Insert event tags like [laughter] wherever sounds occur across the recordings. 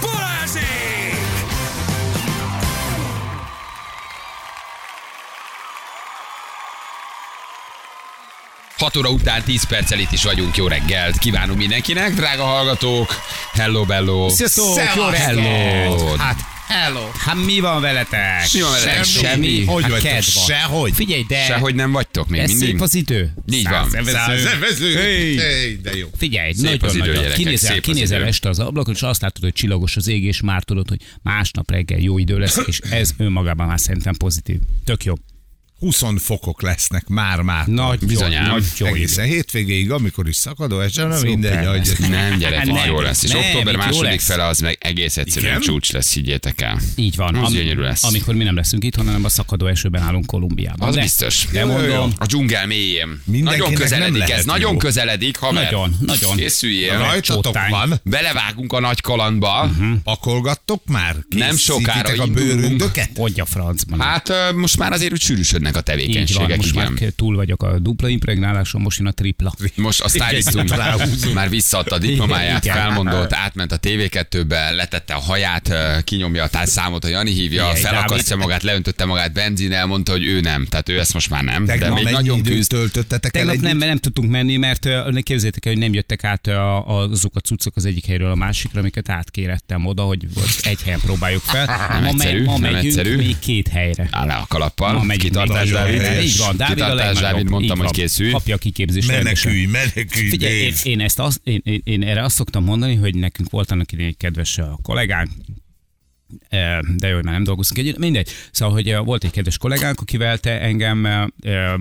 Balázsék! Hat óra után 10 perccel itt is vagyunk. Jó reggelt kívánunk mindenkinek, drága hallgatók. Hello, bello. Sziasztok, jó Hello. reggelt! Hát, Hát, hello! Hát mi van veletek? Mi van veletek? Semmi. Hogy Hát hát vagytok? kedva. Sehogy. Figyelj, de sehogy nem vagytok még ez mindig. szép az idő. Így van. Száz evező. Szervező! Hey. Hey, de jó. Figyelj, Szép az idő, nagyon-nagyon. gyerekek, Kinézel, szép az idő. kinézel este az ablakon, és azt látod, hogy csillagos az ég, és már tudod, hogy másnap reggel jó idő lesz, és ez önmagában már szerintem pozitív. Tök jó. 20 fokok lesznek már-már. Nagy jó, Bizonyám. Nagy jó idő. Egészen hétvégéig, amikor is szakadó esem, na mindegy. lesz. Nagy. Nem, gyerek, Nem, jó lesz. És Hát, nem, október itt jó második lesz. fele az meg egész egyszerűen Igen? csúcs lesz, higgyétek el. Így van. Az Am- gyönyörű lesz. Amikor mi nem leszünk itt, hanem a szakadó esőben állunk Kolumbiában. Az De- biztos. De mondom, A dzsungel mélyén. Mindenkinek Nagyon nem közeledik lehet ez, nagyon jó. közeledik, haver. Nagyon, nagyon. Mhm. Készüljél. Rajtatok csótány. van, Belevágunk a nagy kalandba. pakolgattok már? Nem sokára Készítitek a indulunk. bőröndöket? hogy a francban. Hát ö, most már azért úgy sűrűsödnek a Így van, tevékenységek. most igen. már k- túl vagyok a dupla impregnáláson, most jön a tripla. Most azt állítunk, már visszaadta a diplomáját, Igen. felmondott, átment a TV2-be, letette a haját, ö, kinyomja a társzámot, a Jani hívja, Figyelj, felakasztja Dávid. magát, leöntötte magát benzinnel, mondta, hogy ő nem, tehát ő ezt most már nem. De Tegnap még mennyi nagyon időt küzd. töltöttetek el Tegnap egy nem, nem tudtunk menni, mert ö, képzeljétek el, hogy nem jöttek át ö, a- azok a cuccok az egyik helyről a másikra, amiket átkérettem oda, hogy egy helyen próbáljuk fel. ma, me- egyszerű, ma nem megyünk egyszerű. még két helyre. Áll le a Ma kalappal. megyünk még Kitartás, két Dávid. helyre. Így van, Dávid a Kitartás, legnagyobb. Dávid, mondtam, Így hogy van. készülj. Kapja a kiképzést. rendesen. Menekülj, menekülj, Hát Figyelj, én, Dave. én, ezt azt, én, én, én, erre azt szoktam mondani, hogy nekünk volt annak idején egy kedves ö, kollégánk, Ö, de jó, hogy már nem dolgozunk együtt, mindegy. Szóval, hogy ö, volt egy kedves kollégánk, akivel te engem, ö, ö,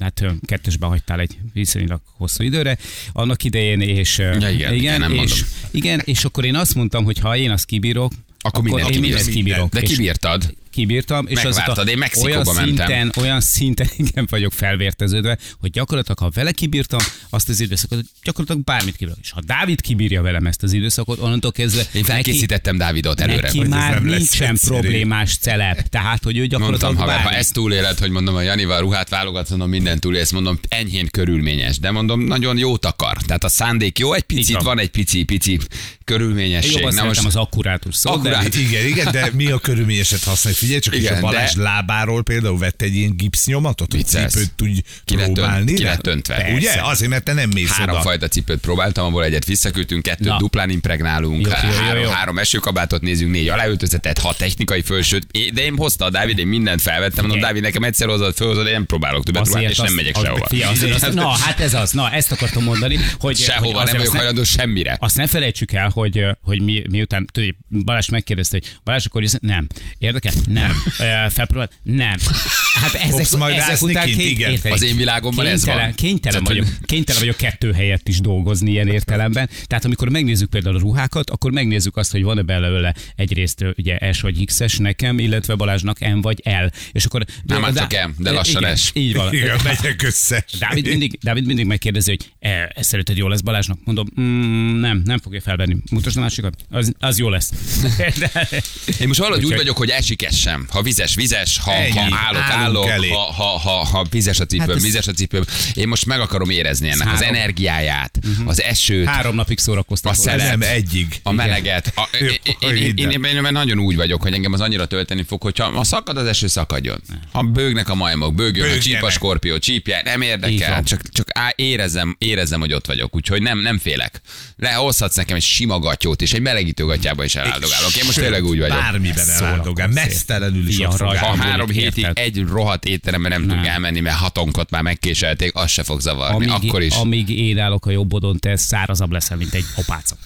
hát ö, kettesbe hagytál egy viszonylag hosszú időre annak idején, és ö, Ja, igen, igen, nem és, mondom. igen, és akkor én azt mondtam, hogy ha én azt kibírok, Akkor mindenki én bírja. mindent kibírok. De És kibírtad. kibírtam, és Megvártad, azóta én Mexikóba olyan mentem. szinten, olyan szinten [laughs] igen vagyok felvérteződve, hogy gyakorlatilag, ha vele kibírtam azt az időszakot, gyakorlatilag bármit kibírok. És ha Dávid kibírja velem ezt az időszakot, onnantól kezdve Én felkészítettem Dávidot neki, előre. neki hogy- már nem lesz nincsen egyszerű. problémás celeb. Tehát, hogy ő gyakorlatilag Mondtam, haver, ha bármit. ezt túléled, hogy mondom, a Janival ruhát válogatsz, mondom, mindent túlélsz, mondom, enyhén körülményes, de mondom, nagyon jót akar. Tehát a szándék jó, egy picit Így van. van egy pici-pici körülményesség. Jobban Na szeretem most az akkurátus szót, de- Akkurát. Igen, igen, de mi a körülményeset használni? Figyelj csak, Igen, és a Balázs de- lábáról például vett egy ilyen gipsznyomatot, hogy Viccelsz. cipőt tudj Ki lett próbálni. önt- ki de- lett öntve. Ugye? Persze. Azért, mert te nem mész Három oda. fajta cipőt próbáltam, abból egyet visszaküldtünk, kettőt Na. duplán impregnálunk, Jó, jó, jó, három, jó. három esőkabátot nézünk, négy aláöltözetet, hat technikai fölsőt, É, de én hozta a Dávid, én mindent felvettem, mondom, Igen. Dávid, nekem egyszer hozod, fölhozod, én nem próbálok többet ruhát, és nem azt- megyek az- sehova. figyelj, azért azt- Na, hát ez az. Na, ezt akartam mondani, hogy... hogy Sehova azért nem azt vagyok ne- hajlandó semmire. Azt ne felejtsük el, hogy, hogy mi, miután tudod, Balázs megkérdezte, hogy Balázs, akkor jössz? Nem. Érdekel? [laughs] Nem. Ö, Felpróbált? Nem. Hát ezek, Fogsz majd ezek rászni után kint? két- Igen. érted, Az én világomban ez kénytelen, van. Kénytelen Tehát, vagyok, hogy- kénytelen vagyok kettő helyett is dolgozni ilyen értelemben. Tehát amikor megnézzük például a ruhákat, akkor megnézzük azt, hogy van-e belőle egyrészt ö, ugye S vagy X-es nekem, illetve Balázsnak M vagy L. És akkor... Nem, hát csak M, de lassan igen, S. Így [laughs] van. Igen, megyek össze. Dávid mindig, Dávid mindig megkérdezi, hogy e, ez szerinted jó lesz Balázsnak? Mondom, mm, nem, nem fogja felvenni. Mutasd a másikat, az, az jó lesz. [laughs] De, Én most valahogy úgy Úgyhogy- vagyok, hogy esik ez sem. Ha vizes, vizes, ha, Ennyi. ha állok, Állunk állok, elé. ha, ha, ha, ha vizes a cipőm, Hát ez- vizes a cipőm. Én most meg akarom érezni ennek az Három. Hát, energiáját, az esőt, három napig a szórakoztató. szelet, Nem, egyig. a meleget. A, Jó, én, én, én, ide. én, én, én nagyon úgy vagyok, hogy engem az annyira tölteni fog, hogyha ha szakad az eső, szakadjon. Ha bőgnek a majmok, bőgjön a Bőgjenek. csíp a skorpió, csípje, nem Így érdekel, van. csak, csak á, érezem, érezem, hogy ott vagyok, úgyhogy nem, nem félek. Lehozhatsz nekem egy sima gatyót, és egy melegítő gatyába is eláldogálok. Én most Sőt, tényleg úgy vagyok. Bármiben eláldogál, Szórakozz, mesztelenül is Ilyen ott fog rajta. Ha állni. Amúgy három hétig érted. egy rohadt étterembe nem, tudunk elmenni, mert hatonkot már megkéselték, az se fog zavarni. Amíg, Akkor is. [laughs] amíg én állok a jobbodon, te szárazabb leszel, mint egy opáca.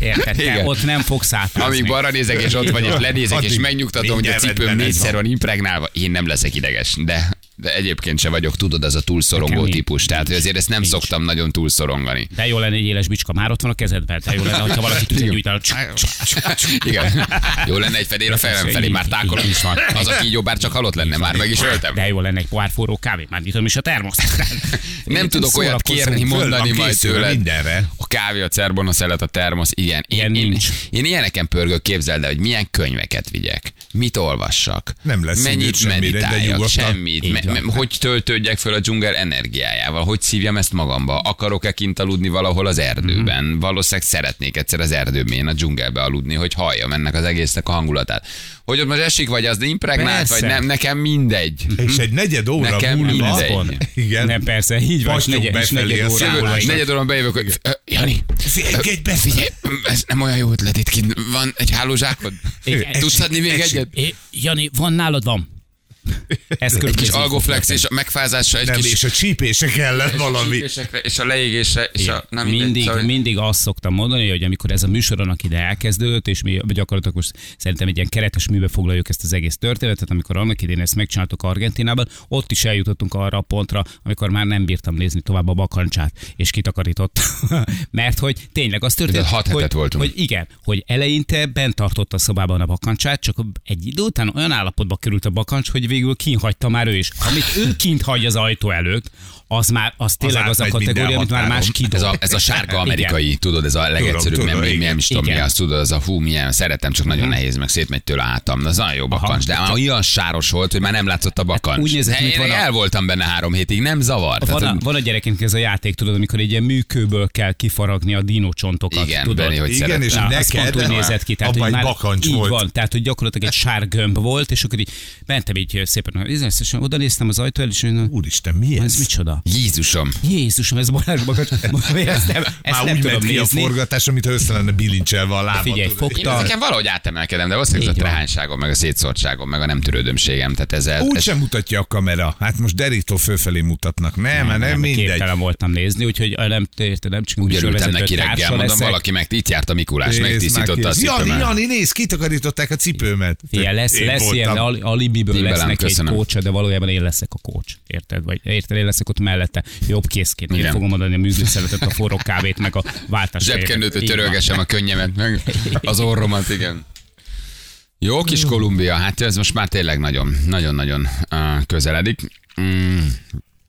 Érted? Te Igen. ott nem fogsz átázni. Amíg balra nézek, és ott vagy, és lenézek, és Addig megnyugtatom, hogy a mindjárt cipőm rendben ez négyszer van. van impregnálva, én nem leszek ideges, de de egyébként se vagyok, tudod, az a túlszorongó Nekem nincs. típus. Tehát hogy azért ezt nem Nincs. szoktam nagyon [laughs] túlszorongani. De jó lenne egy éles bicska, már ott van a kezedben. De jó lenne, [laughs] hogyha valaki tüzet gyújt el. Igen. Jó lenne egy fedél a fejem felé, már tákolom is van. Az a kígyó, bár csak halott lenne, már meg is öltem. De jó lenne egy pohár forró kávé, már nyitom is a termoszt. Nem tudok olyat kérni, Föl van mondani majd készülve tőled. mindenre. A kávé, a cerbon, a szelet, a termosz, igen. Én, Ilyen én, nincs. én ilyeneken pörgök, képzeld el, hogy milyen könyveket vigyek, mit olvassak, Nem lesz időd mennyit semmire, de meditáljak, nyugodtan. semmit, Így me, van. me, hogy töltődjek föl a dzsungel energiájával, hogy szívjam ezt magamba, akarok-e kint aludni valahol az erdőben, Mhm. valószínűleg szeretnék egyszer az erdőben, a dzsungelbe aludni, hogy halljam ennek az egésznek a hangulatát. Hogy ott most esik, vagy az impregnált, Persze. vagy nem, nekem mindegy. És egy negyed óra Nekem múlva... mindegy. Igen. Nem, persze, így van. és Patyog negyed- és befelé negyed a órán szívből. múlva Jövök, is. negyed óran bejövök, hogy ö, Jani, Figyelj, beszélj! Figyelj, ez nem olyan jó ötlet itt kint. Van egy hálózsákod? Igen. Tudsz adni még Esik. egyet? É, Jani, van nálad, van. Ez Egy kis körülbelül így algoflex fog és a megfázásra, egy Nem, kis és a csípések ellen valami. csípésekre, és a leégésre, és a... Na, mindegy, mindig, szóval- mindig azt szoktam mondani, hogy amikor ez a műsoranak ide elkezdődött, és mi gyakorlatilag most szerintem egy ilyen keretes műbe foglaljuk ezt az egész történetet, amikor annak idén ezt megcsináltuk Argentinában, ott is eljutottunk arra a pontra, amikor már nem bírtam nézni tovább a bakancsát, és kitakarított. [laughs] Mert hogy tényleg az történt, Ez hat hogy, hetet voltunk. hogy igen, hogy eleinte bent tartotta a szobában a bakancsát, csak egy idő után olyan állapotba került a bakancs, hogy végül kinhagyta már ő is. Amit ő kint hagy az ajtó előtt, az már az tényleg az, az a átmegy minden kategória, amit már határon. más kidob. Hát Ez a, ez a [laughs] sárga amerikai, igen. tudod, ez a legegyszerűbb, Tudom, nem, tudom, nem, nem is tudom mi Igen. Mhm. az, tudod, az a hú, milyen, szeretem, csak nagyon nehéz, meg szétmegy tőle átam. De az nagyon jó bakancs, de már olyan sáros volt, hogy már nem látszott a bakancs. Hát úgy nézett, De mint én van a- el voltam benne három hétig, nem zavar. Van a, Tehát, van a gyerekünk ez a játék, tudod, amikor egy ilyen műkőből kell kifaragni a dinocsontokat. igen, tudod. Benni, hogy Igen, szeretem. és Na, neked azt pont úgy nézett ki. Tehát, abban hogy egy már bakancs így volt. van, tehát hogy gyakorlatilag egy sárgömb volt, és akkor így mentem így eh, szépen, és oda néztem az ajtó el, és én, Úristen, mi ez ez? micsoda? Jézusom, Jézusom, ez Balázs Bakancs. [laughs] Mondom, ezt nem, ezt Már nem úgy ment tudom ki a nézni. forgatás, amit össze lenne bilincselve a lábad. Figyelj, tudod. Én fogta, ezeken valahogy átemelkedem, de valószínűleg Így az a van. trehányságom, meg a szétszórtságom, meg a nem törődömségem. Tehát ez, Úgy ez sem mutatja a kamera. Hát most deréktől fölfelé mutatnak. Nem, nem, nem mindegy. képtelen voltam nézni, úgyhogy ah, nem értem, csak úgy örültem neki reggel, mondom, leszek. valaki meg itt járt a Mikulás, Nézd megtisztította a már ki. Jani, szitőmet. Jani, nézd, kitakarították a cipőmet. Ilyen lesz, Én lesz voltam. ilyen al- alibiből Timbelem, lesz neki köszönöm. egy kócsa, de valójában én leszek a kócs. Érted? Vagy érted, én leszek ott mellette. Jobb készként. Én Igen. fogom adni a műzőszeletet, a forró kávét, meg a váltás. [laughs] Zsebkendőt, hogy törölgessem a könnyemet, meg [laughs] az orromat, igen. Jó kis Kolumbia, hát ez most már tényleg nagyon, nagyon-nagyon uh, közeledik. Mm,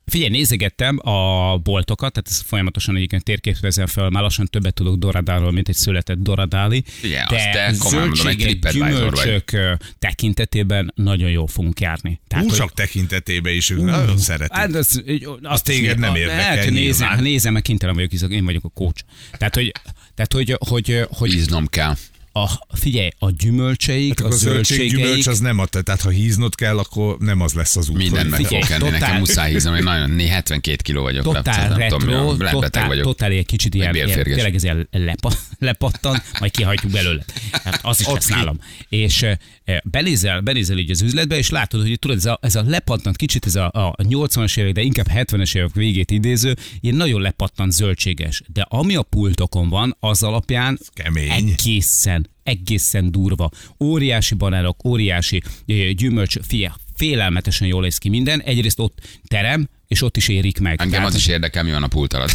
Figyelj, nézegettem a boltokat, tehát ez folyamatosan egyébként térképvezem fel, már lassan többet tudok Doradáról, mint egy született Doradáli. Figyelj, azt te komolyan mondom, egy zöldségek, TripAdvisor vagy. gyümölcsök ö, tekintetében nagyon jól fogunk járni. Tehát, hogy- Húsok tekintetében is ők nagyon szeretik. Hát az, az téged nem érdekel Hát nyilván. nézem, hát nézem, mert kénytelen vagyok, hisz én vagyok a coach. Tehát, hogy, tehát, hogy, hogy, hogy íznom kell. a, figyelj, a gyümölcseik, Csak a, Hát a zöldség zöldségeik, gyümölcs az nem adta, tehát ha híznod kell, akkor nem az lesz az út. Minden meg Figyelj, fog enni, totál- nekem muszáj hízom, én nagyon, né- 72 kiló vagyok. totál nem tudom, retro, milyen, totál, beteg vagyok. totál egy kicsit ilyen, ilyen bélférges. tényleg ez ilyen lepa, [laughs] lepattan, majd kihajtjuk belőle. Hát az is lesz nálam. És e, e, benézel, benézel így az üzletbe, és látod, hogy tudod, ez a, ez a lepattant kicsit, ez a, a 80-as évek, de inkább 70-es évek végét idéző, ilyen nagyon lepattant zöldséges. De ami a pultokon van, az alapján Kemény. egészen, egészen durva. Óriási banánok, óriási ö, gyümölcs, fia, félelmetesen jól néz ki minden. Egyrészt ott terem, és ott is érik meg. Engem Tehát- az [laughs] is érdekel, mi van a pult alatt.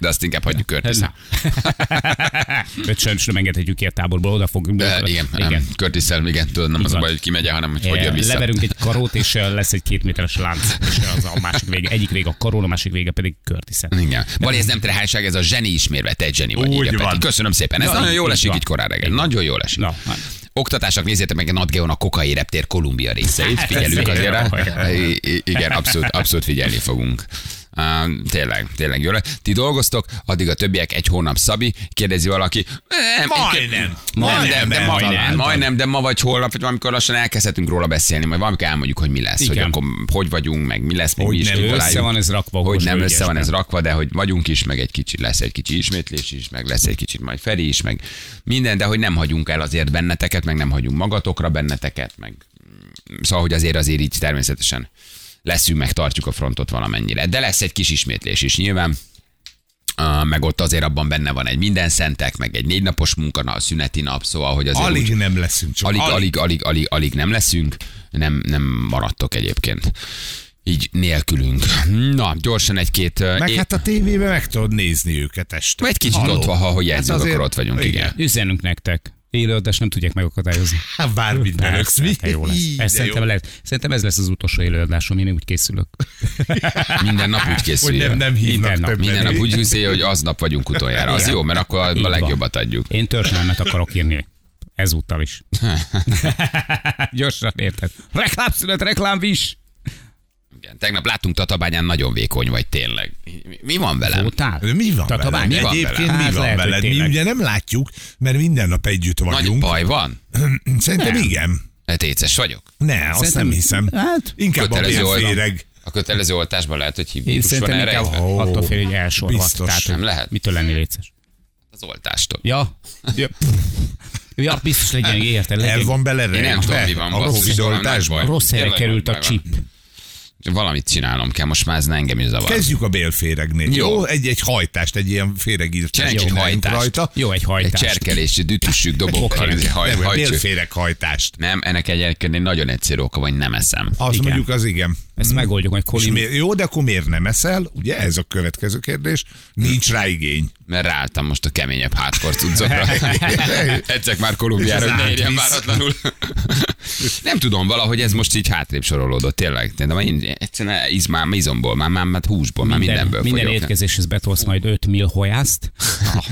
De azt inkább hagyjuk Curtisnek. Na. Őt sajnos nem engedhetjük ki a táborból, oda fog. De, igen, igen. Curtis-el, igen, tudod, nem az a van. baj, hogy kimegy, hanem hogy Igen, hogy jön vissza. Leverünk egy karót, és eh, lesz egy két méteres lánc, és az a másik vége, egyik vége a karón, a másik vége pedig körtiszen. Igen. Bali, ez nem trehányság, ez a zseni ismérve, te egy zseni vagy. Úgy igen, Peti. van. Köszönöm szépen, ez Na, nagyon így- jól így esik van. így korán reggel. Nagyon jól esik. Na, hát. Oktatásnak nézzétek meg a Natgeon a kokai reptér Kolumbia részeit, figyelünk Hát, ez azért igen, rá. olyan. I- i- Igen, abszolút, abszolút figyelni fogunk. Uh, tényleg, tényleg jól. Ti dolgoztok, addig a többiek egy hónap Szabi, kérdezi valaki. Nem, Majdnem. Majdnem, Majdnem, de ma, majdnem. majdnem, majdnem, de ma vagy holnap, vagy valamikor lassan elkezdhetünk róla beszélni, majd valamikor elmondjuk, hogy mi lesz, Igen. hogy akkor hogy vagyunk, meg mi lesz, még Hogy mi is nem kitaláljuk. össze van ez rakva, Hogy okos nem hölgyes, össze van nem? ez rakva, de hogy vagyunk is, meg egy kicsit lesz egy kicsi ismétlés is, meg lesz egy kicsit majd Feri is, meg minden, de hogy nem hagyunk el azért benneteket, meg nem hagyunk magatokra benneteket, meg szóval, hogy azért azért így természetesen leszünk, meg tartjuk a frontot valamennyire. De lesz egy kis ismétlés is nyilván. Uh, meg ott azért abban benne van egy minden szentek, meg egy négy napos munkanap, szüneti nap, szóval, hogy azért Alig úgy, nem leszünk, csak alig, alig, alig, alig, alig, nem leszünk, nem, nem maradtok egyébként. Így nélkülünk. Na, gyorsan egy-két... uh, Meg é- hát a tévében meg tudod nézni őket este. egy kicsit Haló. ott van, ha hogy jelzünk, azért- akkor ott vagyunk, igen. Üzenünk nektek. Élőadást nem tudják megakadályozni. Hát [laughs] bármit belöksz, mi? Hát, jó lesz. Így, de Ez szerintem, lehet, szerintem ez lesz az utolsó élőadásom, én úgy készülök. Minden nap úgy készül. Hogy nem, nem hívnak Minden nap, többen. Minden nap úgy hűszél, hogy aznap vagyunk utoljára. Az Igen. jó, mert akkor Így a van. legjobbat adjuk. Én történelmet akarok írni. Ezúttal is. Gyorsan érted. Reklámszünet, reklámvis! Igen. Tegnap láttunk Tatabányán, nagyon vékony vagy tényleg. Mi- Mi van velem? Voltál? De mi van Tatabány? veled? Mi van Egyébként veled? Hát mi van lehet, hogy veled? Mi tényleg. ugye nem látjuk, mert minden nap együtt Nagy vagyunk. baj van? Szerintem igen. Téces vagyok. Ne, azt Szerintem- nem hiszem. Hát, Inkább a kötelező oldal. féreg. A kötelező oltásban lehet, hogy Én hívjuk van szerintem erre. inkább Ó, attól fél, hogy elsorhat. biztos. hogy Nem lehet. Mitől lenni léces? Hát Az oltástól. Ja. Ja, ja biztos legyen, érted? El Legyen. van bele Én nem tudom, mi van. A basszus, Covid valami oltásban. nagy baj. Rossz helyre Tényleg került a baj van. chip. Valamit csinálnom kell, most már ez ne engem is zavar. Kezdjük a bélféregnél. Jó. Jó, egy-egy hajtást, egy ilyen féregírtást Csináljunk egy csináljunk hajtást. rajta. Jó, egy Egy hajtás. cserkelési dütüssük, dobokkal, Oké. haj, haj, Nem, hajtsuk. bélféreg hajtást. Nem, ennek egyébként egy nagyon egyszerű oka, hogy nem eszem. Az Igen. mondjuk az igen. Ezt megoldjuk, majd Mm. És Colin miért, jó, de akkor miért nem eszel? Ugye ez a következő kérdés. Nincs rá igény. Mert ráálltam most a keményebb hardcore [laughs] cuccokra. Egyszer már Kolumbiára, És hogy ez ne érjen átvisz. váratlanul. [laughs] Nem tudom, valahogy ez most így hátrébb sorolódott, tényleg. De már én egyszerűen izmám, izomból, már, már, már húsból, már mindenből minden fogyok. [laughs] étkezéshez betolsz majd 5 mil hojászt,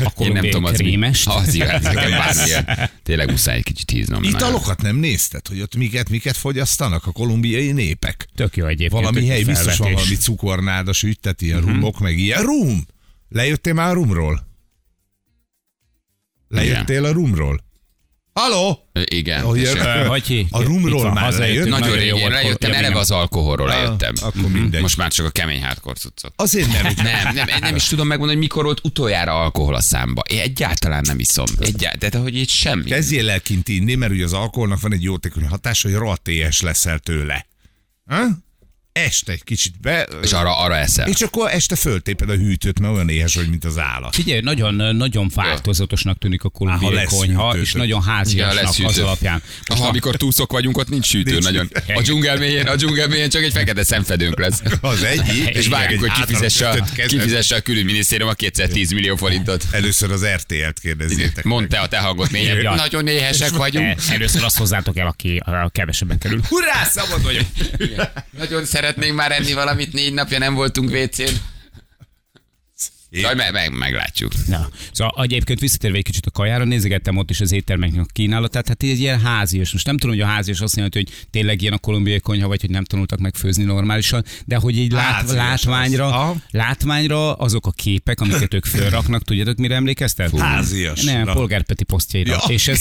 akkor Én nem tudom, az krémest. mi. [laughs] Az [laughs] igaz, nekem bármilyen. Tényleg muszáj egy kicsit híznom. nagyon. Italokat nem nézted, hogy ott miket, miket fogyasztanak a kolumbiai népek? Tök jó egyébként. Valami tök hely, jó biztos van felvetés. valami cukornádas ügy, tehát ilyen Mhm. rumok, meg ilyen rum. Lejöttél már a rumról? Lejöttél a rumról? Halló? Ö, Igen. Ahogy tessék. a- Ö, Hatyi, A rumról itt van, már hazajöttünk, lejött? Nagyon jó régen volt, lejöttem, Colin. eleve az alkoholról Ah, lejöttem. akkor mindegy. Most már csak a kemény hardcore cuccok. Azért nem. Nem, nem, én nem is tudom megmondani, hogy mikor volt utoljára alkohol a számba. Én egyáltalán nem iszom. Egyáltalán, de hogy itt semmi. Kezdjél el kint inni, mert ugye az alkoholnak van egy jótékony hatása, hogy rohadt éhes leszel tőle. Ha? Este egy kicsit be, És arra, arra eszem. és akkor este föltéped a hűtőt, mert olyan éhes vagy, mint az állat. Figyelj, nagyon, nagyon változatosnak tűnik a Á, ha kolumbiai lesz konyha, hűtőtök. és nagyon háziasnak lesz az hűtő. alapján. Aha, amikor túszok vagyunk, ott nincs hűtő Nincs. nagyon. A dzsungel mélyén, a dzsungel mélyén csak egy fekete szemfedőnk lesz. Az egyik. [laughs] És várjuk, hogy Egy kifizesse a, hátra kötött kezed. kifizesse a külügyminisztérium a 210 millió forintot. Először az RTL-t kérdezzétek. Mondd te a te hangot mélyen. Ja. Nagyon éhesek [laughs] vagyunk. E, Eh, Először azt hozzátok el, aki a kevesebben kerül. Hurrá, szabad vagyok. Igen. Nagyon szeretnénk már enni valamit, négy napja nem voltunk WC-n. Jaj, meg, meg, meglátjuk. Na, szóval egyébként visszatérve egy kicsit a kajára, nézegettem ott is az éttermeknek a kínálatát, hát egy ilyen házias. Most nem tudom, hogy a házias azt jelenti, hogy tényleg ilyen a kolumbiai konyha, vagy hogy nem tanultak meg főzni normálisan, de hogy így lát, Házias az. látványra, Aha. látványra azok a képek, amiket ők fölraknak, tudjátok, mire emlékeztet? Házias. Nem, Na. polgárpeti posztjaira. Ja. [laughs] És, ez,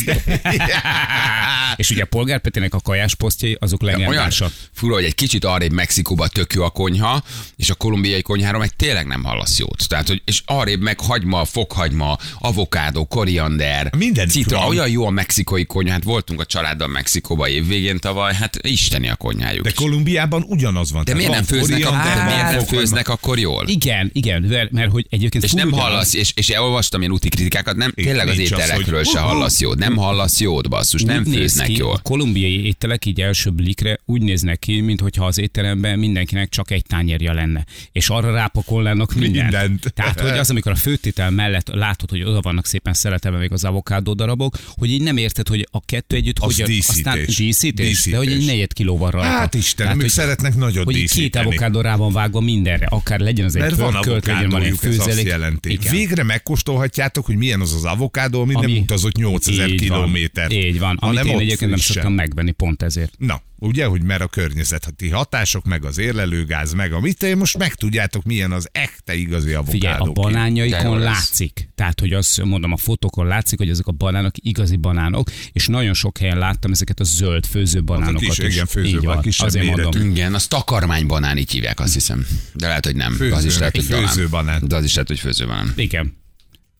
és ugye a polgárpetinek a kajás posztjai, azok Olyan legendásak. fura, hogy egy kicsit arrébb Mexikóba tök jó a konyha, és a kolumbiai konyhára meg tényleg nem hallasz jót. Tehát, hogy, és arrébb meg hagyma, fokhagyma, avokádó, koriander, Mindenük citra, van. olyan jó a mexikai konyha, hát voltunk a családdal Mexikóba évvégén tavaly, hát isteni a konyhájuk. De is. Kolumbiában ugyanaz van. de miért nem főznek, a, de miért nem főznek akkor jól? Igen, igen, mert- mert hogy egyébként És fú, nem ugyanaz. hallasz, és, és elolvastam én úti kritikákat, nem, Itt tényleg az nincs az, ételekről hogy- se hallasz jót, nem hallasz jót, basszus, nem Úgy néz ki, főznek A jól. kolumbiai ételek így első blikre úgy néznek ki, mintha az étteremben mindenkinek csak egy tányérja lenne, és arra rápakolnának mindent. Mindent. Tehát, hogy az, amikor a főtétel mellett látod, hogy oda vannak szépen szeretelve még az avokádó darabok, hogy így nem érted, hogy a kettő együtt Az hogyan... díszítés. Aztán díszítés, Díszítés. de hogy egy negyed kiló van rajta. Hát Istenem, Tehát, ők hogy- szeretnek nagyot hogy így két díszíteni. avokádó rá van vágva mindenre, akár legyen az egy Mert van pörkölt, legyen valami avokádójuk, ez azt főzelék. jelenti. Igen. Végre megkóstolhatjátok, hogy milyen az az avokádó, ami, nem utazott 8000 Így van. kilométert. Így van, amit hanem én ott egyébként nem frissen. szoktam megvenni pont ezért. Na, ugye, hogy mert a környezeti hatások, meg az érlelőgáz, meg a mit, most megtudjátok, milyen az ekte igazi Figyelj, avokádó. a De jó banánjaikon lesz. látszik. Tehát, hogy azt mondom, a fotókon látszik, hogy ezek a banánok igazi banánok, és nagyon sok helyen láttam ezeket a zöld főző banánokat kis- is. igen, főző Így van, van, kisebb azért méretű. mondom. Igen, az takarmánybanán így hívják, azt hiszem. De lehet, hogy nem. Főző- az is lehet, hogy banán. főzőbanán. De az is lehet, hogy főzőbanán. Igen.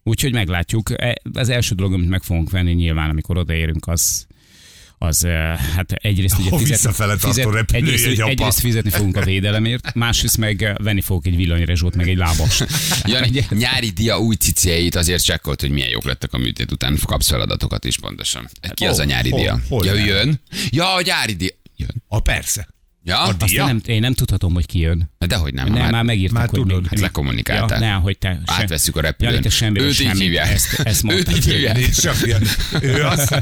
Úgyhogy meglátjuk. E, Az első dolog, amit meg fogunk venni nyilván, amikor odaérünk, az az eh, hát egyrészt ugye A visszafele tartó repülőjegy, egyrészt, apa. egyrészt, fizetni fogunk a védelemért, másrészt meg eh, venni fogok egy villanyrezsót, meg egy lábast. Jani, nyári dia új cicieit azért csekkolt, hogy milyen jók lettek a műtét után. Kapsz feladatokat is pontosan. Ki az a nyári hol- dia? hol Ja, jár? jön. Ja, a nyári dia. Jön. A persze. Ja? Azt én nem, én nem tudhatom, hogy ki jön. Na, Dehogy nem. Nem, ha már, már megírták, már hogy tudod. még- Hát lekommunikálták. Ja, ne, hogy te se- Átveszük a repülőn. Jani, te semmi, Őt így semmi. hívják. Ezt, ezt Őt így hívják. Nincs semmilyen. Ő [laughs] azt...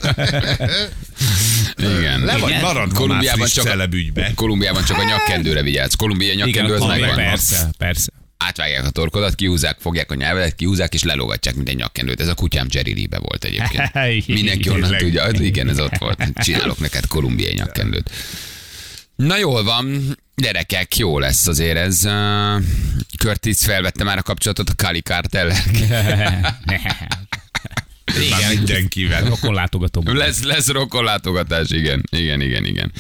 Igen. Le vagy Igen. maradva már friss celebügybe. Kolumbiában csak a nyakkendőre vigyázz. Kolumbia Igen, nyakkendő az ott van, megvan. persze, persze. [laughs] Átvágják a torkodat, kihúzzák, fogják a nyelvedet, kihúzzák és lelógatják minden nyakkendőt. Ez a kutyám Jerry Lee-be volt [laughs] egyébként. Mindenki onnan Tényleg. tudja. Igen, ez ott volt. Csinálok neked kolumbiai nyakkendőt. Na jól van, gyerekek, jó lesz azért ez. Uh, Curtis felvette már a kapcsolatot a Kali Cartel. Már mindenkivel. Rokon látogatom. Lesz, lesz rokonlátogatás, igen. Igen, igen, igen.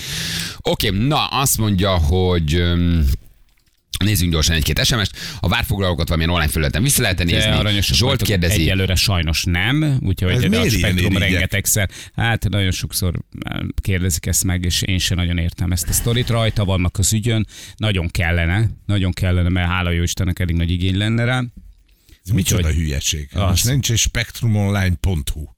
Oké, na azt mondja, hogy... öm, Nézzünk gyorsan egy-két SMS-t. A várfoglalókat valamilyen online felületen vissza lehet nézni. aranyosok Zsolt voltok. kérdezi. Egyelőre sajnos nem, úgyhogy Ez de a miért ilyen spektrum irigyek? rengetegszer. Hát nagyon sokszor eh, kérdezik ezt meg, és én sem nagyon értem ezt a sztorit. Rajta vannak az ügyön, nagyon kellene, nagyon kellene, mert hála jó Istennek elég nagy igény lenne rá. Ez micsoda hülyeség. Most nincs egy spektrumonline.hu.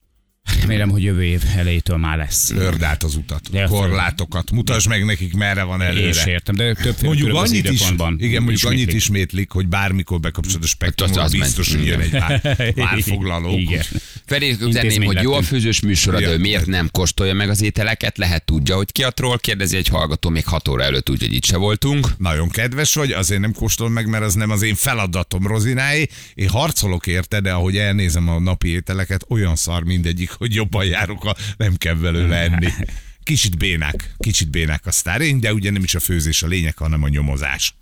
Remélem, hogy jövő év elejétől már lesz. Lörd át az utat, De- korlátokat, mutasd meg nekik, merre van Én sem előre. értem, de több Mondjuk az annyit is, időpontban igen, mondjuk ismétlik. annyit ismétlik, hogy bármikor bekapcsolod a Hát spektrumot, az- az biztos, ment. hogy jön egy [laughs] [laughs] pár, pár foglaló. Igen. Feri, üzenném, Intézmény hogy jó a lettünk. főzős műsora, de ő Ja. miért nem kóstolja meg az ételeket? Lehet tudja, hogy ki a troll, kérdezi egy hallgató még 6 óra előtt, úgyhogy itt se voltunk. Nagyon kedves vagy, azért nem kóstolom meg, mert az nem az én feladatom, Rozináé. Én harcolok érte, de ahogy elnézem a napi ételeket, olyan szar mindegyik, hogy jobban járok, ha nem kell belőle enni. Kicsit bénák, kicsit bénák a sztárény, de ugye nem is a főzés a lényeg, hanem a nyomozás.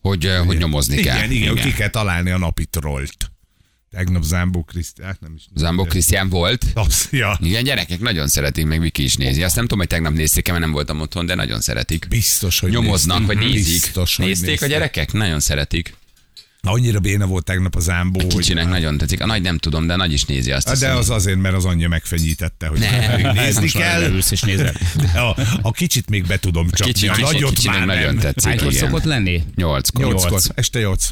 Hogy, eh, hogy nyomozni Igen, kell. igen, igen, hogy ki kell találni a napi trollt. Tegnap Zámbó Krisztián, nem is. Zambó Krisztián volt. Absz- Ja, Igen, gyerekek nagyon szeretik, meg Viki is nézi. Azt nem tudom, hogy tegnap nézték mert nem voltam otthon, de nagyon szeretik. biztos, hogy Nyomoznak, nézték. vagy nézik. Mhm. Biztos, hogy Nézték a gyerekek? Nagyon szeretik. Annyira béna volt tegnap az Zámbó, hogy Kicsinek nagyon tetszik. A nagy nem tudom, de a nagy is nézi azt. Hát De hiszem. az azért, mert az anyja megfenyítette, hogy Ne. [laughs] nézni kell. Leülsz és nézel. De A, a kicsit még be tudom csapni, Kicsi, a kicsi, nagyot kicsinek már nagyon nem. tetszik. Hánykor igen. szokott lenni? Nyolckor. Nyolckor, Nyolc. este nyolc.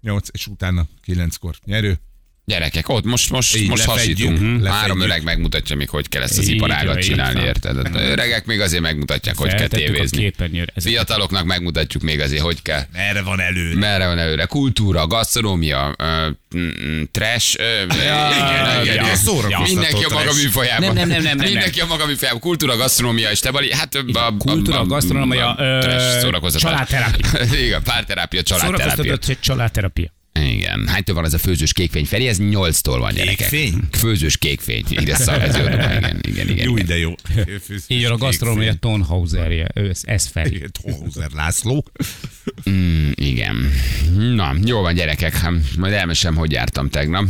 Nyolc, és utána kilenckor. Nyerő. Gyerekek, ott most, most, Így most lefedjük, hasítunk. mhm. Három lefedjük. öreg megmutatja, még hogy kell ezt az Így iparágat van, így csinálni, van. érted? Hát A öregek még azért megmutatják, hogy kell Feltettük a tévézni. képernyőre. ezeket. Fiataloknak megmutatjuk még azért, hogy kell. Erre van elő. Merre van előre? Kultúra, gasztronómia, ö, mm, mm, trash, ö, igen, igen, ja, igen. szórakoztató mindenki a maga trash. műfajában. Nem, nem, nem, nem, nem, Mindenki a maga műfajában. Kultúra, gasztronómia, és te bali, hát a, a, a, Kultúra, gasztronómia, ö, trash, szórakoztatás. családterápia. [laughs] igen, párterápia, családterápia. Szórakoztatott, hogy családterapia. Igen. Hánytól van ez a főzős kékfény? Feri, ez 8-tól van, gyerekek. Kékfény? Főzős kékfény. Ide szar, ez jó. Igen, igen, igen. igen. Jó, de jó. Így van, a gasztronómia Tonhauserje, ő ez- ez Feri. Igen, Tózer László. Mm, igen. Na, jó van, gyerekek. Hát, Majd elmesem, hogy jártam tegnap.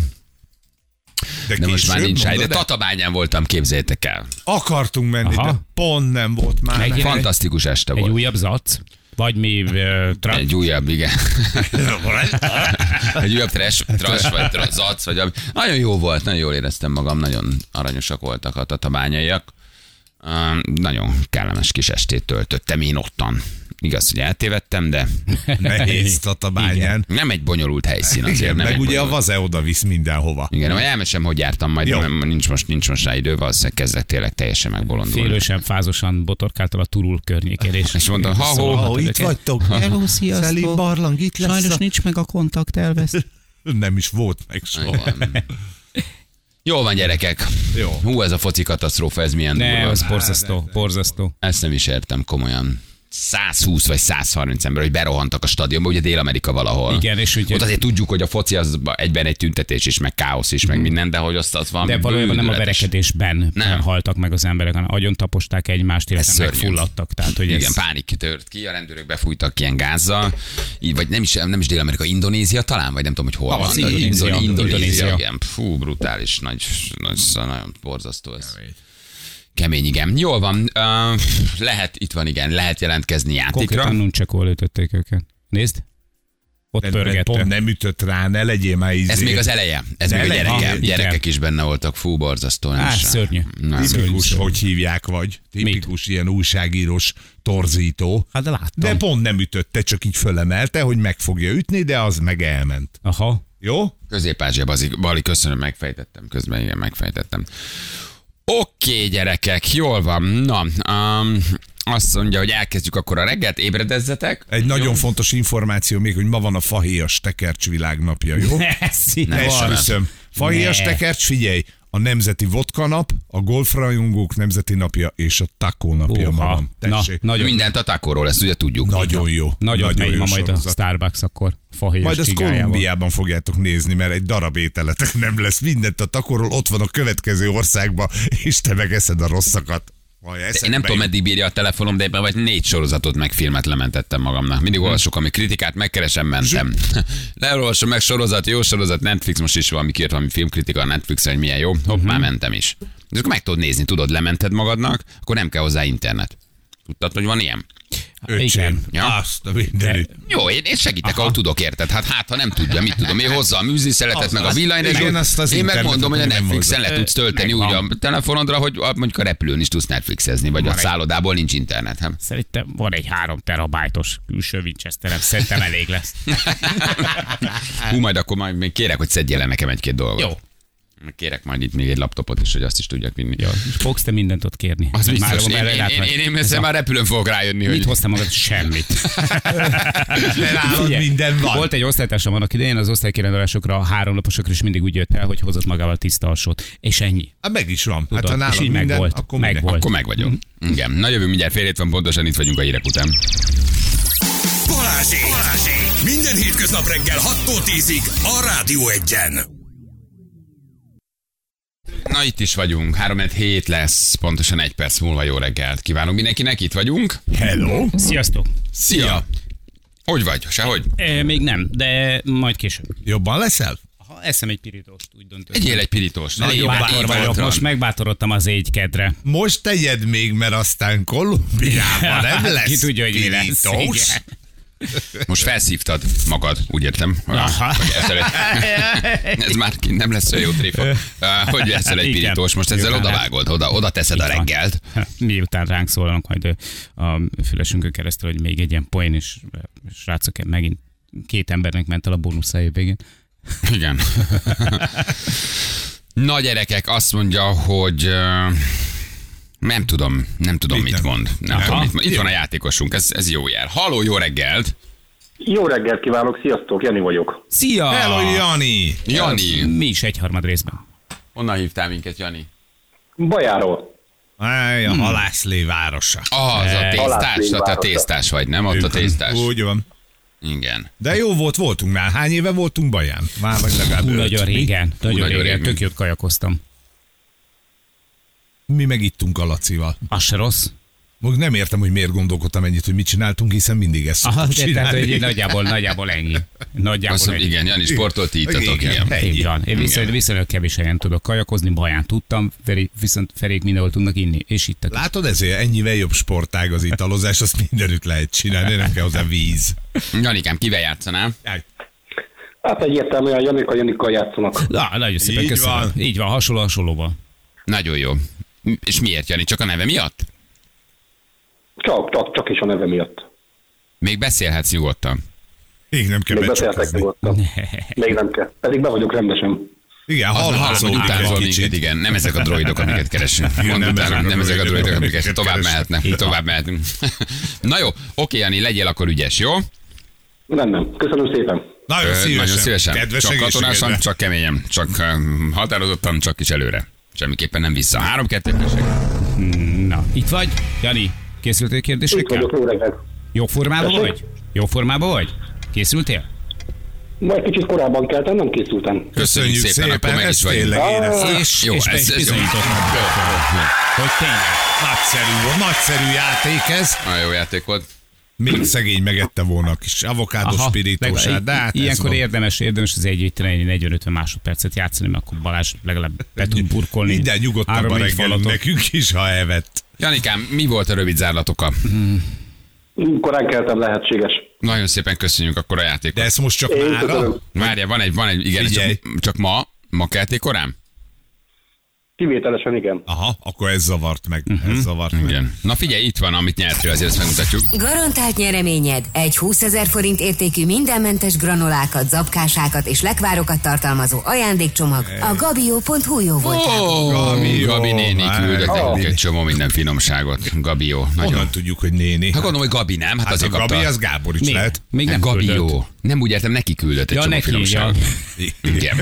De, De most már nincs hely. De de Tatabányán voltam, képzeljétek el. akartunk menni, Aha. de pont nem volt már. Meg- Meg... Igen, Fantasztikus este Egy volt. újabb zac? Vagy mi ö, Trump? Egy újabb, igen. [laughs] Egy újabb trash, trash vagy tra- zac, vagy ami. Nagyon jó volt, nagyon jól éreztem magam, nagyon aranyosak voltak a tatabányaiak. Um, nagyon kellemes kis estét töltöttem én ottan. Igaz, hogy eltévedtem, de [laughs] Nehéz tatabányán. nem egy bonyolult helyszín azért. Igen, nem meg egy ugye a bonyolult. vaze oda visz mindenhova. Igen, majd elmesem, hogy jártam, majd Jó. nem, nincs, most, nincs most rá idő, valószínűleg kezdek tényleg teljesen megbolondulni. Félősen, fázosan botorkáltal a Turul környékén. Szóval És mondtam, ha-ho, Ha hát itt vagytok, Hello, sziasztok. Szeli Barlang itt lesz. Sajnos a- nincs meg a kontakt, elvesz. Nem is volt meg soha. Jól van, gyerekek. Jó. Hú, ez a foci katasztrófa, ez milyen Ne, durva. az borzasztó, borzasztó. Ezt nem is értem komolyan. 120 vagy 130 ember, hogy berohantak a stadionba, ugye Dél-Amerika valahol. Igen, és ugye- Ott azért tudjuk, hogy a foci az egyben egy tüntetés is, meg káosz is, meg minden, de hogy azt az van. Mhm. De valójában nem a verekedésben Nem. nem. haltak meg az emberek, hanem agyon taposták egymást, illetve szörnyű. megfulladtak. Tehát, hogy Igen, ez... pánik tört ki, a rendőrök befújtak ilyen gázzal, így, vagy nem is, nem is Dél-Amerika, Indonézia talán, vagy nem tudom, hogy hol Ah, Az van. Indonézia. Indonézia, Indonézia, Indonézia. igen, fú, brutális, nagy, nagy, nagyon borzasztó ez. Kemény, igen. Jól van, uh, lehet, itt van, igen, lehet jelentkezni játékra. Konkrétan nuncsakó előtötték őket. Nézd. ott Pörgette. pörgette. Pont nem ütött rá, ne legyél már izé ízé. Ez még az eleje. Ez még a eleje. gyereke. Igen. Gyerekek is benne voltak. Fú, borzasztó. nem Á, is rá. szörnyű. Nem. Tipikus, hogy hívják vagy. Tipikus ilyen újságírós torzító. Hát de láttam. De pont nem ütötte, csak így fölemelte, hogy meg fogja ütni, de az meg elment. Aha. [laughs] Jó? Közép-Ázsia, bazi, Bali, köszönöm, megfejtettem. Közben igen, megfejtettem. Oké, okay, gyerekek, jól van. Na, um, azt mondja, hogy elkezdjük akkor a reggelt, ébredezzetek. Egy Jó? nagyon fontos információ még, hogy ma van a fahéjas tekercs világnapja, jó? Ne, Színe. Ne Istenem. esküszöm. Fahéjas Ne. tekercs, figyelj, a Nemzeti Vodka Nap, a Golfrajongók Nemzeti Napja és a Takó Napja ma Uha. van. Na, Tessék. nagyon, Minden tatákorról lesz, ugye tudjuk. nagyon jó. nagyon, nagyon megy ma majd a sorozat. Starbucks akkor fahéjas Majd ezt csigájával. Kolumbiában fogjátok nézni, mert egy darab ételetek [laughs] nem lesz. Mindent a takorról ott van a következő országba, és te megeszed a rosszakat. Majd Én nem tudom, meddig bírja a telefonom, de ebben vagy négy sorozatot meg filmet lementettem magamnak. Mindig Hm. olvasok, ami kritikát megkeresem, mentem. [laughs] Leolvasom meg sorozat, jó sorozat, Netflix, most is valami kírt, valami filmkritika a Netflixen, hogy milyen jó. Hopp, Hm. uh-huh. már mentem is. És akkor meg tudod nézni, tudod, lemented magadnak, akkor nem kell hozzá internet. Tudtad, hogy van ilyen? Öcsém, Igen. Ja. azt a mindenit. Jó, én, én segítek, ahol tudok, érted? Hát, hát, ha nem tudja, mit tudom, én hozzá a műzi szeletet, meg a villanyrezsót. igen, azt az Én internetet megmondom, hogy a nem Netflixen le hozzá. tudsz tölteni úgy a telefonodra, hogy a- mondjuk a repülőn is tudsz Netflixezni, vagy a szállodából nincs internet. Hát. Szerintem van egy három terabájtos külső Winchesterem, szerintem elég lesz. Hú, majd akkor majd még kérek, hogy szedjél le nekem egy-két dolgot. Jó. Kérek majd itt még egy laptopot is, hogy azt is tudjak vinni. Jó. És fogsz te mindent ott kérni. Az Már biztos, van én, én, ellenállt én, meg. én, én, Ez én a- már repülőn fogok rájönni, hogy Mit hoztam magad? Semmit. De nálad Figyelj, minden van. Volt egy osztálytársam annak idején, az osztálykirándulásokra, a háromnaposokra is mindig úgy jött el, hogy hozott magával tiszta alsót. És ennyi. Hát meg is van. Tudod, hát ha és nálad így minden, megvolt, akkor megvolt. minden. akkor meg vagyok. Igen. Na jövő mindjárt fél hét van, pontosan itt vagyunk a hírek után. Balázsék! Balázsék! Minden hétköznap reggel 6-tól 10-ig a Rádió Egyen. Na itt is vagyunk, 3 hét lesz, pontosan egy perc múlva jó reggelt kívánunk mindenkinek, itt vagyunk. Hello? Sziasztok! Szia! Hogy vagy? Sehogy? E, még nem, de majd később. Jobban leszel? Ha eszem egy pirítóst, úgy döntöttem. Egyél egy pirítós. Nagyon Bár- bátor én vagyok, Most megbátorodtam az égykedre. Most tegyed még, mert aztán Kolumbiában [laughs] nem Hát, lesz Ki tudja, hogy mi lesz. pirítós. Igen. Most felszívtad magad, úgy értem. Aha. Hogy eszel egy- ez már ki- nem lesz olyan jó tréfa. Ah, Hogy eszel egy Igen. pirítós, most ezzel Miután odavágod, oda, oda teszed a Így van. reggelt. [laughs] Miután ránk szólalnak majd a fülesünkön keresztül, hogy még egy ilyen poén, és srácok, megint két embernek ment el a bónusz a végén. Igen. [laughs] Na gyerekek, azt mondja, hogy ö, nem tudom, nem tudom, mit, Mit nem? mond. Nem Aha. tudom, mit mond. Itt van a játékosunk, ez, ez jó jel. Haló, jó reggelt! Jó reggelt kívánok, sziasztok, Jani vagyok. Szia! Hello, Jani! Jani! Mi is egyharmad részben. Onnan hívtál minket, Jani? Bajáról. Áj, a halászlé városa. Az a tésztás, Halászlé tehát a városa. tésztás vagy, nem? Ott a tésztás. Úgy van. Igen. De jó volt, voltunk már. Hány éve voltunk Baján? Már vagy legalább Hú, öt. nagyon régen. Nagyon, nagyon régen. régen. Tök jót kajakoztam. Mi, mi meg ittunk a Lacival. Az se rossz. Most nem értem, hogy miért gondolkodtam ennyit, hogy mit csináltunk, hiszen mindig ezt szoktuk Aha, de tehát, csinálni. Szóval hogy nagyjából, nagyjából ennyi. Nagyjából Azt ennyi. mondom, igen, Jani sportolt, ti ittatok, Igen. igen. Ennyi. Így van. Én viszonylag, viszonylag kevés helyen tudok kajakozni, baján tudtam, Feri- viszont Ferék mindenhol tudnak inni, és itt Látod, ezért ennyivel jobb sportág az italozás, azt mindenütt lehet csinálni, nem kell hozzá víz. Janikám, kivel játszanál? Jaj, Hát egyértelműen Janika Janikkal játszanak. Na, nagyon szépen Így köszönöm. van. Így van, hasonló hasonlóban. Nagyon jó. M- És miért, Jani? Csak a neve miatt? Csak, csak, csak is a neve miatt. Még beszélhetsz nyugodtan. Még nem kell Még beszéltek becsukozni. nyugodtan. Még nem kell. Pedig be vagyok rendesen. Igen, Az hallhatszódik után egy van kicsit. minket, igen. Nem ezek a droidok, amiket keresünk. Mondd Igen, nem ezek utána, a nem ezek a droidok, amiket amiket tovább keresünk. mehetnek. Tovább mehetünk. [laughs] Na jó, oké, Jani, legyél akkor ügyes, jó? Rendben. Köszönöm szépen. Nagyon Ö, szívesen. Nagyon szívesen. Kedves csak katonásan, egészségedre. csak keményen, csak um, határozottan, csak is előre. Semmiképpen nem vissza. Három, kettő, tessék. Na, itt vagy, Jani? Készültél Itt kérdésekkel? vagyok, jó reggelt. Jó formában Tessék? vagy? Jó formában vagy? Készültél? Majd kicsit korábban keltem, nem készültem. Köszönjük Köszönjük szépen, szépen, akkor meg ez is vagyunk. tényleg én ezt És, Jó, és be ez, is ez jó. bizonyítottad, hogy tényleg. Nagyszerű, volt, nagyszerű játék ez. Nagyon jó játék volt. Még szegény megette volna a kis avokádos Aha, pirítósát, legalább- de hát ilyenkor ez érdemes, érdemes az együttelen egy 40-50 másodpercet játszani, mert akkor Balázs legalább be tud van. burkolni. Minden nyugodtabb Három a négy reggelünk falatot. nekünk is, ha evett. Janikám, mi volt a rövid zárlatoka? Korán Mm, keltem lehetséges. Nagyon szépen köszönjük akkor a játékot. De De... ezt most csak Én mára? köszönöm. Várjál, van egy, van egy, igen, Figyelj. csak, csak, ma, ma kelték korán? Kivételesen igen. Aha, akkor ez zavart meg. Ez zavart meg. Mhm. Igen. Na figyelj, itt van, amit nyertél, azért ezt megmutatjuk. Garantált nyereményed egy 20 ezer forint értékű mindenmentes granulákat, zapkásákat és lekvárokat tartalmazó ajándékcsomag a gabio.hu jó volt. Gabi, Gabi, Gabi jó, néni már. küldött nekünk Gabi. egy csomó minden finomságot. Gabió, nagyon. Honnan tudjuk, hogy néni? Hát gondolom, hogy Gabi nem, hát, Hát a azért kapta. Gabi az Gábor is Még- lehet. Még nem küldött. Gabió. Nem úgy értem, neki küldött egy Ja, csomó neki, finomságot. Igen.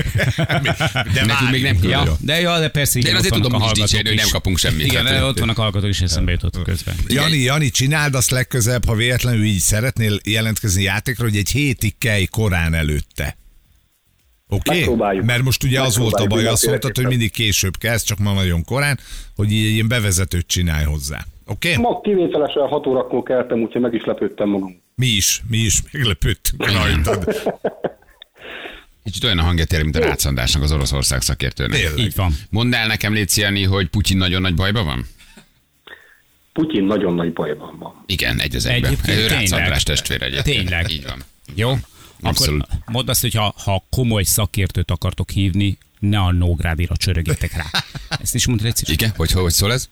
De Nekünk még nem várjunk. Ja, Jó. de ja, de persze. De igen, én azért ott vannak tudom a most hallgatók dicsérni, hogy nem is. kapunk semmit. Igen, Hát, de ott vannak hallgatók is eszembe jutott közben. Jani, Jani, csináld azt legközebb, ha véletlenül így szeretnél jelentkezni játékra, hogy egy hétig kelj korán előtte. Oké? Okay? Megpróbáljuk. Mert most ugye az volt a Megpróbáljuk baj, azt mindenféleképpen. mondtad, hogy mindig később kezd, csak ma nagyon korán, hogy így ilyen bevezetőt csinálj hozzá. Oké? Okay? Ma kivételesen 6 órakor keltem, úgyhogy meg is lepődtem magam. Mi is, mi is meglepődtünk rajtad. Kicsit olyan a hangja tényleg, mint a Rácz Andrásnak, az Oroszország szakértőnek. Tényleg. Így van. Mondd el nekem, Léci Jani, hogy Putyin nagyon nagy bajban van? Putyin nagyon nagy bajban van. Igen, egy az egyben. Egyébként Ő Rácz tényleg. András testvér egyébként. Tényleg. Így van. Jó? Abszolút. Akkor mondd azt, hogy ha, ha komoly szakértőt akartok hívni, ne a Nógrádira csörögjetek rá. Ezt is mondtad egyszer. Igen, hogy hogy szól ez?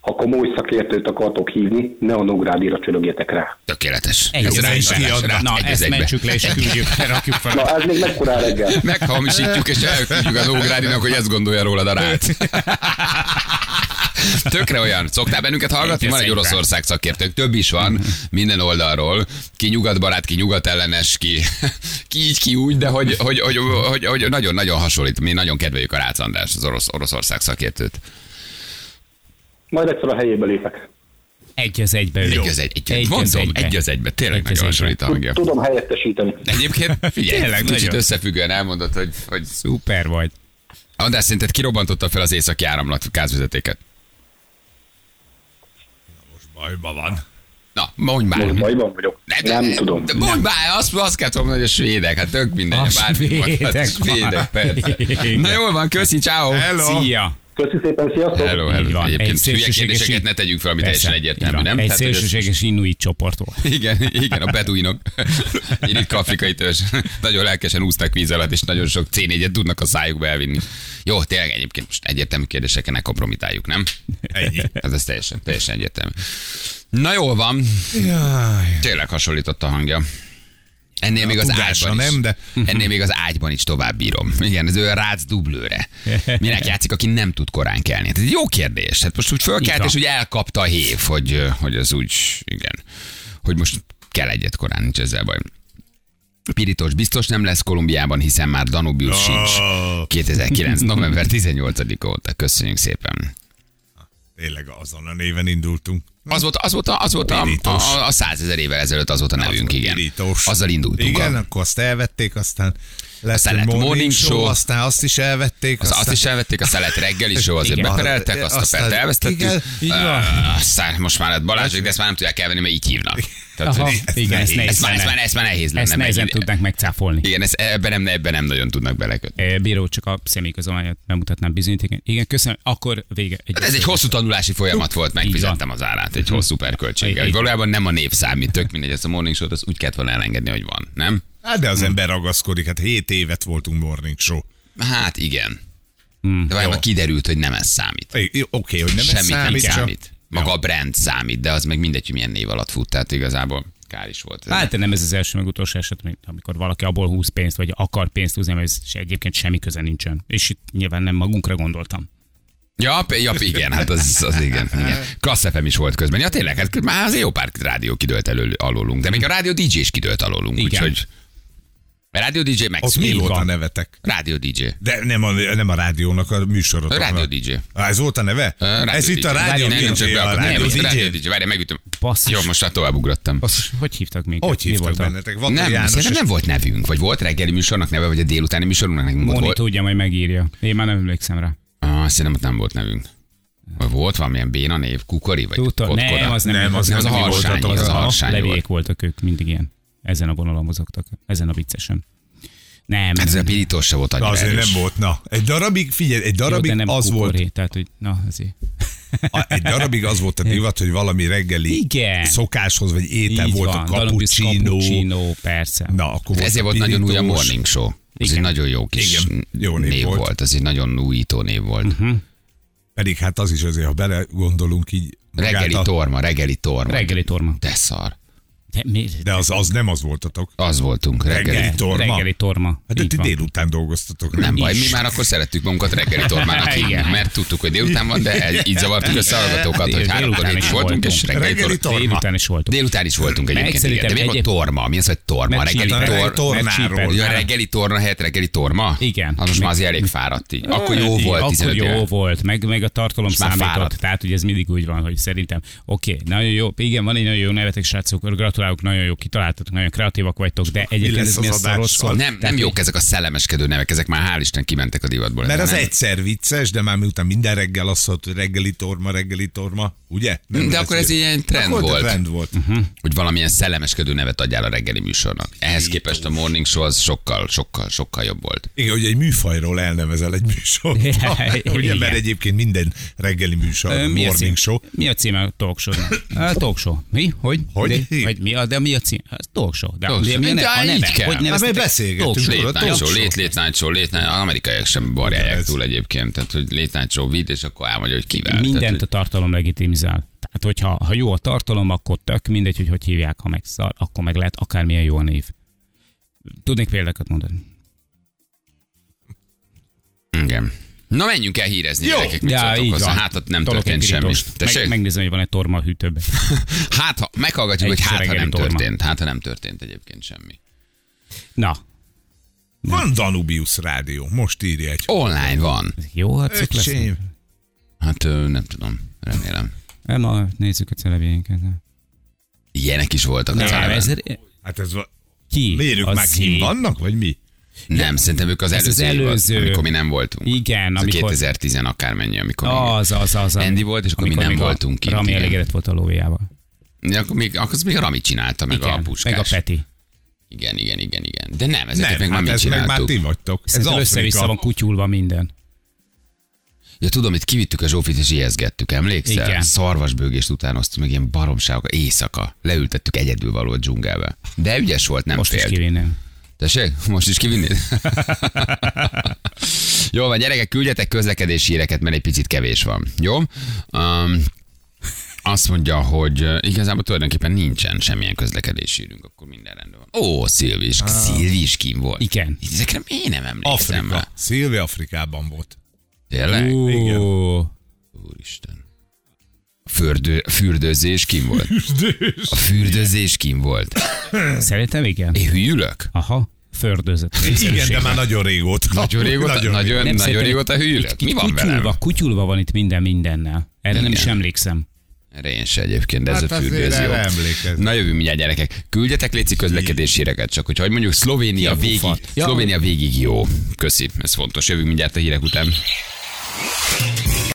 Ha komoly szakértőt akartok hívni, ne a Nógrádira csörögjetek rá. Tökéletes. Egy az Ez Rácz egyben. András, Rácz, Na, egy az ezt egyben. mentsük le és küldjük, rakjuk fel. Na, ez még mekkora reggel? Meghamisítjuk és elküldjük az Nógrádinak, hogy ezt gondolja rólad a [laughs] rát. Tökre olyan. Szoktál bennünket hallgatni? Egy Van egy eszembe. Oroszország szakértők, több is van minden oldalról. Ki nyugatbarát, ki nyugatellenes, ki, [laughs] ki így, ki úgy, de hogy, hogy, hogy, hogy, hogy nagyon-nagyon hasonlít. Mi nagyon kedveljük a Rácz András, az orosz, Oroszország szakértőt. Majd egyszer a helyébe lépek. Egy az egybe. Egy Jó. az egy, egy, mondom, egy az egybe, tényleg Egy az nagyon hasonlít a hangja. Tudom helyettesíteni. Egyébként, figyelj, Tényleg kicsit nagyon. összefüggően elmondod, hogy, hogy Szuper vagy. András szerinted kirobbantotta fel az északi áramlat gázvezetéket. Bajban van. Na, mondj már. Most bajban vagyok. Mhm. Nem, tudom. De mondj már, azt, azt kell tudom, hogy a svédek, hát tök A mindegy. bármi svédek, van, svédek, persze. Igen. Na jól van, köszi, ciao. Hello. Szia! Köszi szépen, sziasztok! Hello, Így hello. van. Egy Egyébként hülye szélsőséges kérdéseket í- ne tegyünk fel, ami Persze, teljesen így egyértelmű, van. nem? Egy Tehát, hogy ez- szélsőséges inuit csoportról. Igen, igen, a beduinok. Egy ritka afrikai törzs. Nagyon lelkesen úsznak víz alatt, és nagyon sok C4-et tudnak a szájukba elvinni. Jó, tényleg egyébként most egyértelmű kérdéseken ne kompromitáljuk, nem? Hát Ennyi. Ez, ez teljesen, teljesen egyértelmű. Na jól van, Jaj. tényleg hasonlított a hangja. Ennél még az tudása ágyban is. nem, de- Ennél még az ágyban is tovább bírom. Igen, ez ő a rác dublőre. Minek játszik, aki nem tud korán kelni? Hát Ez egy jó kérdés. Hát most úgy fölkelt, Így és van. úgy elkapta a hév, hogy, ö, hogy az úgy, igen, hogy most kell egyet korán, nincs ezzel baj. Piritos biztos nem lesz Kolumbiában, hiszen már Danubius Ah. sincs. 2009. november 18 óta. Köszönjük szépen. Tényleg azon a néven indultunk. Az volt, az volt, a, az volt a, a, Pirítós. a, a százezer évvel ezelőtt az volt a nevünk, igen. Pirítós. Azzal indultunk. Igen, a- akkor azt elvették, aztán lesz Aztán egy lett morning, morning show, show. aztán azt is elvették. Az, Szóval azt is elvették, a szelet reggel is, jó, azért Igen. bepereltek, azt a Aztán- pert elvesztettük. igen, így van. Ö, Aztán most már lett Balázsik, de ezt már nem tudják elvenni, mert így hívnak. Tehát, Aha, hogy- igen, ezt nehéz ez már, ez, már, lenne. ez már nehéz lenne. Ezt nehezen megint- tudnánk megcáfolni. Igen, ez, ebben, nem, ebben nem nagyon tudnak belekötni. Ö, Bíró, csak a személyigazolványat bemutatnám bizonyítéken. Igen, köszönöm. Akkor vége. Egy Hát Ez egy hosszú tanulási folyamat volt, megfizettem az árát Mhm. egy hosszú perköltséggel. Hogy Valójában nem a név számít, tök mindegy, ezt a morning show azt úgy kellett volna elengedni, hogy van, nem? Hát de az ember ragaszkodik, hát 7 évet voltunk morning show. Hát igen. Hmm, De valójában kiderült, hogy nem ez számít. É, Oké, hogy nem ez Semmit nem számít, csak- számít. Maga a brand számít, de az meg mindegy, hogy milyen név alatt fut, tehát igazából kár is volt. Ez Hát nem ez az első, meg utolsó eset, ami- amikor valaki abból húz pénzt, vagy akar pénzt húzni, mert ez se- egyébként semmi köze nincsen. És itt nyilván nem magunkra gondoltam. Ja, p- ja, p- igen, hát az, az igen, igen. Klassz FM is volt közben. Ja, tényleg, hát már az jó pár rádió kidőlt elő, alólunk, de még a rádió DJ is kidőlt alólunk, Igen. úgyhogy... A rádió DJ meg Ott mi Így volt van. a nevetek? Rádió DJ. De nem a, nem a rádiónak, a A műsorotoknak. rádió DJ. Á, Ez volt a neve? Ö, rádió ez itt a rádió nem, nem, csak DJ, be a akartam. rádió nem, DJ. itt a rádió DJ. Várj, megütöm. Basszus. Jó, most már tovább ugrottam. Basszus, hogy hívtak még? Hogy Mi hívtak volt a- bennetek? Vató Nem, János szerintem és- nem volt nevünk, vagy volt reggeli műsornak neve, vagy a délutáni műsorunknak nekünk volt- Moni volt. tudja, majd megírja. Én már nem emlékszem rá. Ah, szerintem ott nem volt nevünk. Vagy volt valamilyen béna név, kukori, vagy Tudod? kotkora? Nem, az nem, Nem, az nem, az a mi harsány, voltatok. az a Aha, harsány volt. Levélyek voltak ők mindig ilyen. Ezen a vonalon mozogtak. Ezen a viccesen. Nem. Hát ez a nem. pirítós se volt Na, annyira azért erős. nem volt, na. Egy darabig, figyelj, egy Jó, darabig de nem az kukoré, volt. [laughs] Tehát, hogy na, azért. A- Egy darabig az volt a divat, hogy valami reggeli Igen. szokáshoz, vagy étel volt a Danubius cappuccino. cappuccino, persze. Na, akkor volt Ezért a volt nagyon új a pirítós. Morning Show. Ez egy Igen. nagyon jó kis Igen, jó név név volt. volt. Ez egy nagyon újító név volt. Pedig hát az is azért, ha belegondolunk így. magát Reggeli a- torma, reggeli torma. Reggeli torma. De szar. De, miért? De az, az nem az voltatok. Az voltunk, reggeli. Reggeli torma. Reggeli torma. Hát de Így ti van. délután dolgoztatok. Nem baj, mi Is. már akkor szerettük magunkat reggeli tormának hívni, Igen. mert tudtuk, hogy délután van, de el- így zavartuk a szallgatókat, hogy Dél- háromkor Hát délután itt is voltunk, és voltunk. reggeli Reggeli torma. torma. Délután is voltunk. Délután is voltunk egyébként, igen. Megszerintem De mi volt egyéb- torma? Mi az, hogy torma? A reggeli, Megcsípem. A reggeli tor... tornáról. Megcsípem. Ja, reggeli torna helyett reggeli torma? Igen. Az most már azért elég fáradt így. Akkor jó Így, volt, Akkor 15 jó éve. volt, meg, meg a tartalom És már számított. fáradt. Tehát ugye ez mindig úgy van, hogy szerintem oké, okay, nagyon jó, igen, van egy nagyon jó nevetek, srácok, gratulálok, nagyon jó kitaláltatok, nagyon kreatívak vagytok, de egyébként lesz ez mi az a adással? szaros szó? Nem, nem jók ezek a szellemeskedő nevek, ezek már hál' Isten kimentek a divatból. Mert ezek az nem- egyszer vicces, de már miután minden reggel azt mondod, hogy reggeli torma, reggeli torma, ugye? Nem De akkor ez ilyen trend Akkor volt. trend volt. Uh-huh. Mhm. hogy valamilyen szellemeskedő nevet adjál a reggeli műsornak. Ehhez képest a Morning Show az sokkal, sokkal, sokkal jobb volt. Igen, hogy egy műfajról elnevezel egy [laughs] műsort. Igen. [laughs] Ugye, mert egyébként minden reggeli műsor, Ö, mi a cím? morning show. Mi a címe a talk show [laughs] A talk show. Mi? Hogy? Hogy? De, hogy mi a, de mi a cím? Hát talk show. De, Talk de show. mi a, ne, De a így neve? kell. Hogy Hát, mert neveztek? beszélgettünk. Talk show. Tudod, Late night talk show, show. late, late night show, late night, az amerikaiak sem barjálják Ugyanez. túl egyébként, tehát hogy late night show vid, és akkor elmondja, hogy kivel. tehát, Mindent a hogy- tartalom legitimizál. Tehát, hogyha ha jó a tartalom, akkor tök mindegy, hogy hogy hívják, ha meg szar, akkor meg lehet akármilyen jó a név. Tudnék példákat mondani. Igen. Na menjünk el hírezni, Jó. gyerekek, mit Ja, szóltok így hozzá? van. Hát ott nem Tolok történt egy semmi. pirítóst. Tessék? Meg, megnézem, hogy van egy torma a hűtőben. Hát, ha, meghallgatjuk, Egy hogy hát, ha reggeli nem torma. történt. Hát, ha nem történt egyébként semmi. Na, Van Danubius rádió, most írja egy. Online van. ezek jó harcok lesz. Öcsém. Hát ö, nem tudom, remélem. Nem, a, nézzük a celebjénket. Ilyenek is voltak a Nem, cában. ez, Hát ez va- ki? miért ők Az már én. kim vannak, vagy mi? Nem, szerintem ők az Ez az előző, év volt, előző. amikor mi nem voltunk. Igen, Ez amikor- amikor... 2010 akármennyi, amikor még... Az, az, az. Andy volt, és akkor mi nem még a voltunk kint, Rami igen. elégedett volt a lóvéjával. Ja, Akkor még, akkor az még a Rami csinálta, meg igen, a puskás. meg a Peti. Igen, igen, igen, igen. De nem, ezeket Nem, meg hát már ez mi meg már csináltuk. ti vagytok. Ez Szerintem össze-vissza van Afrika. kutyulva minden. Ja, tudom, itt kivittük a Zsófit és ijeszgettük, emlékszel? Igen. Igen. Szarvasbőgést utánoztunk, meg ilyen baromságok, éjszaka. Leültettük egyedül való a dzsungelbe. De ügyes volt, nem Most is félt. kivinném. Tessék, most is [laughs] kivinnéd? jó van, gyerekek, küldjetek közlekedési híreket, mert egy picit kevés van. Jó? Um, azt mondja, hogy uh, igazából tulajdonképpen nincsen semmilyen közlekedési hírünk, akkor minden rendben van. Ó, Szilvi is, Szilvi is kim volt. Ah. Igen. Ezekre én nem emlékszem Afrika. rá. Szilvi Afrikában volt. Tényleg? Ó, Úristen. Fürdő, fürdőzés kim volt? A fürdőzés kim volt? Szerintem igen. Én hülyülök? Aha, fördözött. Igen, de már nagyon régóta. Nagyon [laughs] régóta, nagyon, nagyon, Nem, nagyon szerintem régóta hülyülök? Mi van velem? Kutyulva, kutyulva van itt minden mindennel. Erre igen. nem is Igen. emlékszem. Erre én se egyébként, de ez Hát a azért fürdőz jó. erre emlékezz. Na jövő mindjárt gyerekek. Küldjetek léci közlekedési híreket, csak hogy, hogy mondjuk Szlovénia végig, Ja. Szlovénia végig jó. Köszi, ez fontos. Jövünk mindjárt a hírek után.